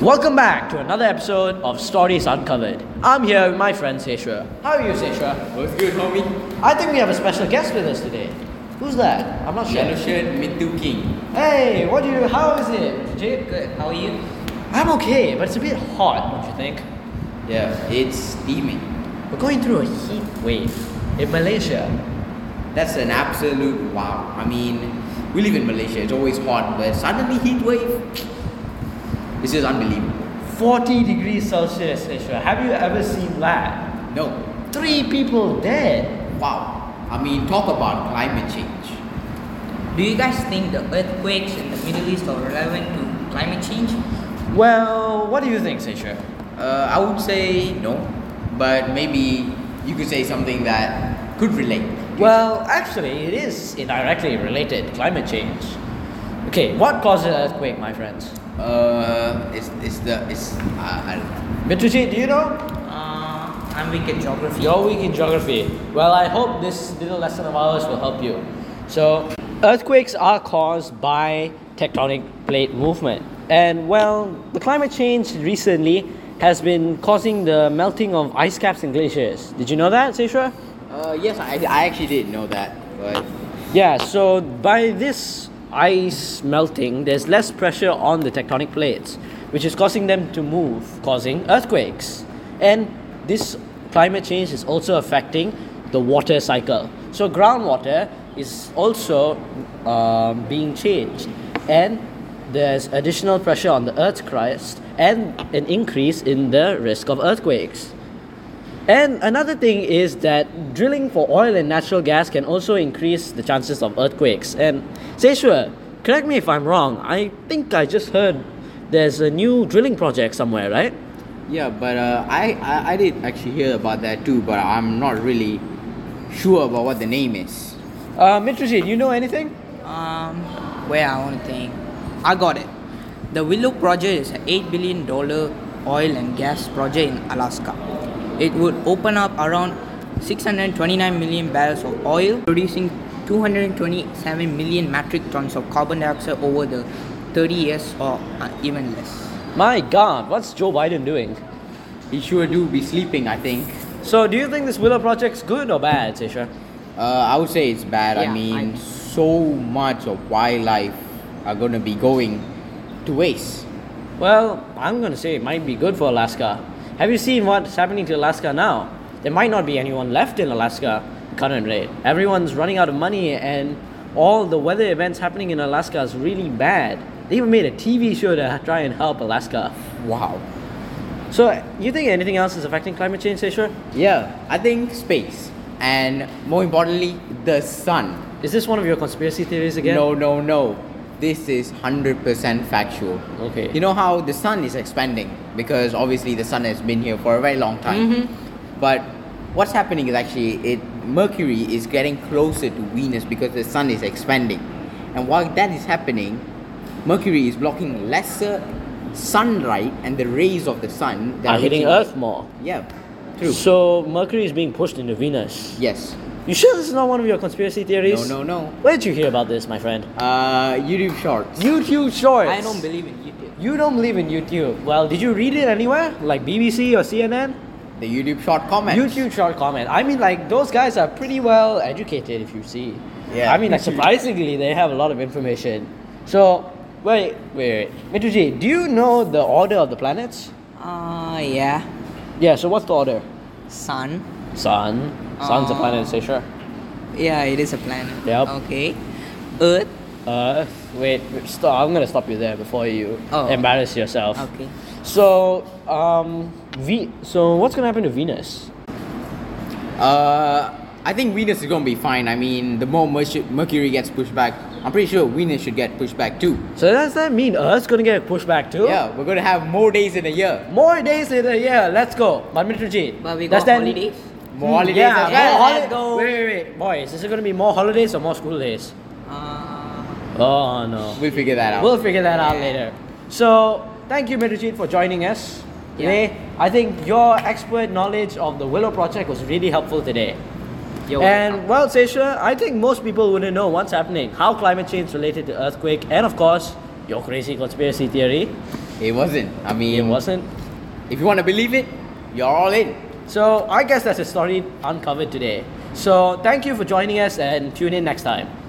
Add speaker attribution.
Speaker 1: Welcome back to another episode of Stories Uncovered. I'm here with my friend Seshra. How are you, Seshra?
Speaker 2: What's Oh, good, homie?
Speaker 1: I think we have a special guest with us today. Who's that? I'm not sure.
Speaker 2: Yellow shirt, Mithu King.
Speaker 1: Hey, what do you? How is it? Jake?
Speaker 2: Good. How are you?
Speaker 1: I'm okay, but it's a bit hot, don't you think?
Speaker 2: Yeah, it's steaming.
Speaker 1: We're going through a heat wave in Malaysia.
Speaker 2: That's an absolute wow. I mean, we live in Malaysia. It's always hot, but suddenly heat wave. This is unbelievable.
Speaker 1: 40 degrees Celsius, Seshra. Have you ever seen that?
Speaker 2: No.
Speaker 1: Three people dead.
Speaker 2: Wow. I mean, talk about climate change.
Speaker 3: Do you guys think the earthquakes in the Middle East are relevant to climate change?
Speaker 1: Well, what do you think, Seshra?
Speaker 2: Uh, I would say no, but maybe you could say something that could relate.
Speaker 1: Well, actually, it is indirectly related climate change. Okay, what causes an earthquake, my friends?
Speaker 2: Uh, it's, it's the it's uh, I don't know.
Speaker 1: Mituji, do you know?
Speaker 3: Uh, I'm weak at geography.
Speaker 1: You're weak in geography. Well, I hope this little lesson of ours will help you. So, earthquakes are caused by tectonic plate movement. And well, the climate change recently has been causing the melting of ice caps and glaciers. Did you know that, Seishra?
Speaker 2: Uh, yes, I, I actually did know that, but
Speaker 1: Yeah, so by this ice melting, there's less pressure on the tectonic plates, which is causing them to move, causing earthquakes. And this climate change is also affecting the water cycle. So, groundwater is also um, being changed, and there's additional pressure on the Earth's crust and an increase in the risk of earthquakes. And another thing is that drilling for oil and natural gas can also increase the chances of earthquakes. And Seishua, correct me if I'm wrong, I think I just heard there's a new drilling project somewhere, right?
Speaker 2: Yeah, but uh, I, I I did actually hear about that too, but I'm not really sure about what the name is.
Speaker 1: Uh, Mitraji, do you know anything?
Speaker 3: Um, where I want to think. I got it. The Willow project is an $8 billion oil and gas project in Alaska. It would open up around 629 million barrels of oil, producing 227 million metric tons of carbon dioxide over the 30 years or uh, even less.
Speaker 1: My god, what's Joe Biden doing?
Speaker 2: He sure do be sleeping, I think.
Speaker 1: So, do you think this Willow project's good or bad, Seishua?
Speaker 2: Uh, I would say it's bad. I
Speaker 3: Yeah,
Speaker 2: mean,
Speaker 3: I-
Speaker 2: so much of wildlife are gonna be going to waste.
Speaker 1: Well, I'm gonna say it might be good for Alaska. Have you seen what's happening to Alaska now? There might not be anyone left in Alaska current rate. Everyone's running out of money and all the weather events happening in Alaska is really bad. They even made a TV show to try and help Alaska.
Speaker 2: Wow.
Speaker 1: So, you think anything else is affecting climate change, Seshwar?
Speaker 2: Yeah, I think space, and more importantly, the sun.
Speaker 1: Is this one of your conspiracy theories again?
Speaker 2: No, no, no. This is 100% factual.
Speaker 1: Okay.
Speaker 2: You know how the sun is expanding because obviously the sun has been here for a very long time.
Speaker 1: Mm-hmm.
Speaker 2: But what's happening is actually it Mercury is getting closer to Venus because the sun is expanding. And while that is happening, Mercury is blocking lesser sunlight and the rays of the sun that
Speaker 1: I'm hitting
Speaker 2: reaching-
Speaker 1: Earth more.
Speaker 2: Yeah. True.
Speaker 1: So, Mercury is being pushed into Venus.
Speaker 2: yes.
Speaker 1: You sure this is not one of your conspiracy
Speaker 2: No,
Speaker 1: theories?
Speaker 2: no, no.
Speaker 1: Where'd you hear about this, my friend?
Speaker 2: Uh, YouTube shorts.
Speaker 1: YouTube Shorts.
Speaker 3: I don't believe in YouTube.
Speaker 1: You don't believe in YouTube. Well, did you read it anywhere? Like BBC or CNN?
Speaker 2: The YouTube short comments.
Speaker 1: YouTube short comment. I mean, like, those guys are pretty well educated if you see.
Speaker 2: Yeah.
Speaker 1: I mean, like, surprisingly, they have a lot of information. So, wait, wait, wait. Mituji, do you know the order of the planets?
Speaker 3: Uh, yeah.
Speaker 1: Yeah, so what's the order?
Speaker 3: Sun.
Speaker 1: Sun. Sun's a
Speaker 3: Uh,
Speaker 1: planet, say sure.
Speaker 3: Yeah, it is a planet.
Speaker 1: Yep.
Speaker 3: Okay. Earth.
Speaker 1: Uh, wait, wait, stop. I'm gonna stop you there before you
Speaker 3: Oh.
Speaker 1: embarrass yourself.
Speaker 3: Okay.
Speaker 1: So, um, v- so what's gonna happen to Venus?
Speaker 2: Uh, I think Venus is gonna be fine. I mean, the more Merc- Mercury gets pushed back, I'm pretty sure Venus should get pushed back too.
Speaker 1: So does that mean Earth's gonna get pushed back too?
Speaker 2: Yeah, we're gonna have more days in a year.
Speaker 1: More days in a year. Let's go. But Mr. G,
Speaker 3: But we
Speaker 1: does
Speaker 3: got
Speaker 1: that-
Speaker 3: holidays. Hmm,
Speaker 2: More holidays
Speaker 1: Yeah,
Speaker 2: as
Speaker 1: more
Speaker 3: yeah,
Speaker 2: well.
Speaker 1: holi-
Speaker 3: let's go.
Speaker 1: Wait, wait, wait, boys. Is it gonna be more holidays or more school days?
Speaker 3: Uh,
Speaker 1: Oh no.
Speaker 2: We'll figure that out.
Speaker 1: We'll figure that out
Speaker 3: Yeah.
Speaker 1: later. So thank you, Mr. G, for joining us today. I think your expert knowledge of the Willow Project was really helpful today.
Speaker 3: Yo,
Speaker 1: and well, Seisha, I think most people wouldn't know what's happening, how climate change related to earthquake, and of course, your crazy conspiracy theory.
Speaker 2: It wasn't. I mean,
Speaker 1: It wasn't.
Speaker 2: If you want to believe it, you're all in.
Speaker 1: So I guess that's a story uncovered today. So thank you for joining us and tune in next time.